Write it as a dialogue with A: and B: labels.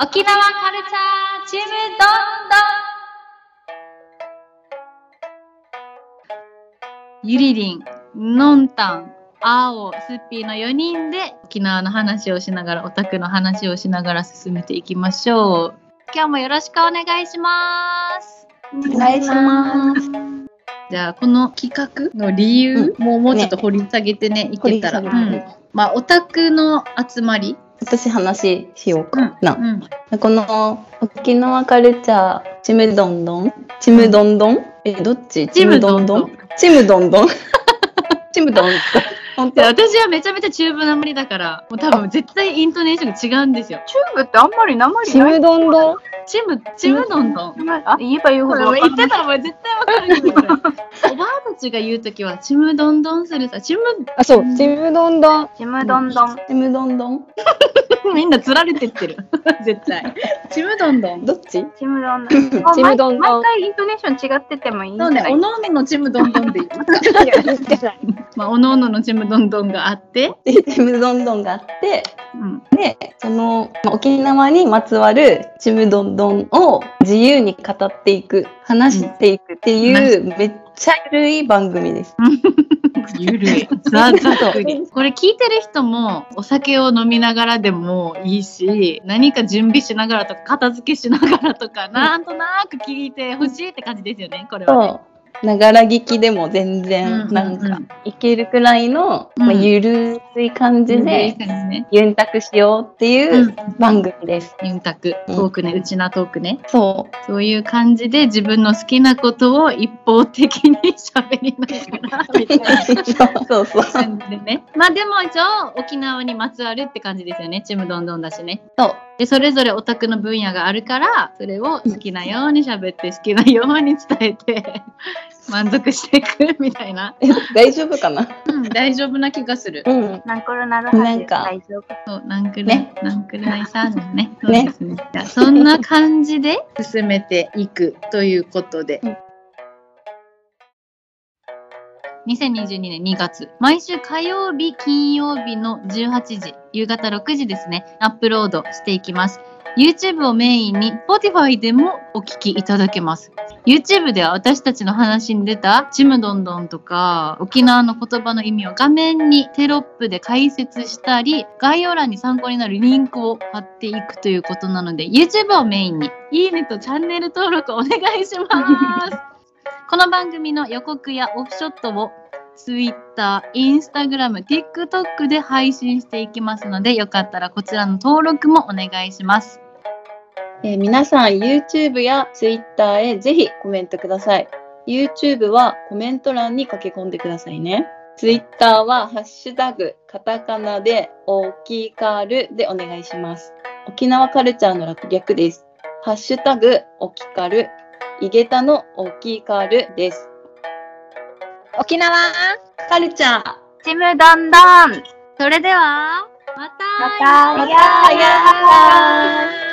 A: 沖縄カルチャーチームどんどんゆりりん、のんたん、あお、すっぴーの4人で沖縄の話をしながら、オタクの話をしながら進めていきましょう。今日もよろしくお願いします。
B: お願いします。
A: じゃあ、この企画の理由、もうもうちょっと掘り下げてね、いけたら。
B: 掘
A: う
B: り下げて
A: ん、まあ、オタクの集まり。
B: 私話しようかな。
A: うん。
B: この沖縄カルチャー、ちむどんどん、ちむどんどん、え、どっち
A: ちむどんどん。
B: ちむどんどん。 ちむどんどん。本
A: で
B: 当
A: 私はめちゃめちゃチューブなまりだから、もう多分絶対イントネーションが違うんですよ。
C: チューブってあんまり名前
B: ちむどんどん。
A: チム、チムどんどん。
C: あ言えば言う
A: こ
C: ほ
A: れも
C: どわか
A: 言
C: ん
A: っ
C: な
A: て
C: い
A: たらお前絶対わかるけど。おばあたちが言うときは、ちむどんどんするさ、ちむ、
B: あ、そう。ちむどんどん。
C: ちむどんどん
B: ちむどんどん。
A: みんな釣られてってる。 絶対。ちむどんどん。
B: どっち
C: ちむどんどん
B: ちむどんどん
C: 毎回イントネーション違っててもいいんじ
A: そ
C: ゃ
A: うね
C: な、い
A: おのおののちむどんどん でいい。 まあ、おのおののちむどんどんがあって、
B: でちむどんどんがあって、
A: うん、
B: そのまあ沖縄にまつわるちむどんどんを自由に語っていく、話していくっていう、めっちゃ緩い番組です。
A: ゆるい。ザーザ
B: そう
A: ー これ聞いてる人も、お酒を飲みながらでもいいし、何か準備しながらとか、片付けしながらとか、なんとなく聞いてほしいって感じですよね、これはね。
B: そう。ながら聞きでも全然、なん
A: う
B: か
A: う、
B: いけるくらいの、
A: うん
B: まあ、ゆるい感じ
A: 全然いい
B: で、
A: 感じね。
B: ゆんたくしようっていうう番組です。
A: ユンタク、
B: うん
A: トークね、うちなトークね。
B: そ。
A: そういう感じで自分の好きなことを一方的に喋りなが ら、みたいう
B: そうそう
A: な感じでね。まあでも一応、沖縄にまつわるって感じですよね。ちむどんどんだしね。
B: そう。
A: で、それぞれオタクの分野があるから、それを好きなように喋って、好きなように伝えて、 満足していくみたいな。
B: え大丈夫かな
A: うん、大丈夫な気がする。
B: うん。
C: なんこるなるは
B: な
C: ず
B: んか
C: 大丈夫
A: そう、なんくらい
B: ね、
A: なんくらいさんね。そう
B: ね
A: ですね。じゃあそんな感じで進めていくということで
B: うん。
A: 2022年2月、毎週火曜日、金曜日の18時、夕方6時ですね、アップロードしていきます。YouTube をメインに Spotify でもお聞きいただけます。YouTube では私たちの話に出たちむどんどんとか沖縄の言葉の意味を画面にテロップで解説したり概要欄に参考になるリンクを貼っていくということなので YouTube をメインにいいねとチャンネル登録お願いし ます。この番組の予告やオフショットを Twitter、Instagram、TikTok で配信していきますのでよかったらこちらの登録もお願いします。
B: えー皆さん YouTube や Twitter へぜひコメントください。YouTube はコメント欄に書き込んでくださいね。Twitter はハッシュタグカタカナでオキカルでお願いします。沖縄カルチャーの略です。ハッシュタグオキカル、イゲタのオキカルです。
C: 沖縄
B: カルチャー
C: ちむどんどん
A: それではまた
C: また
B: またやー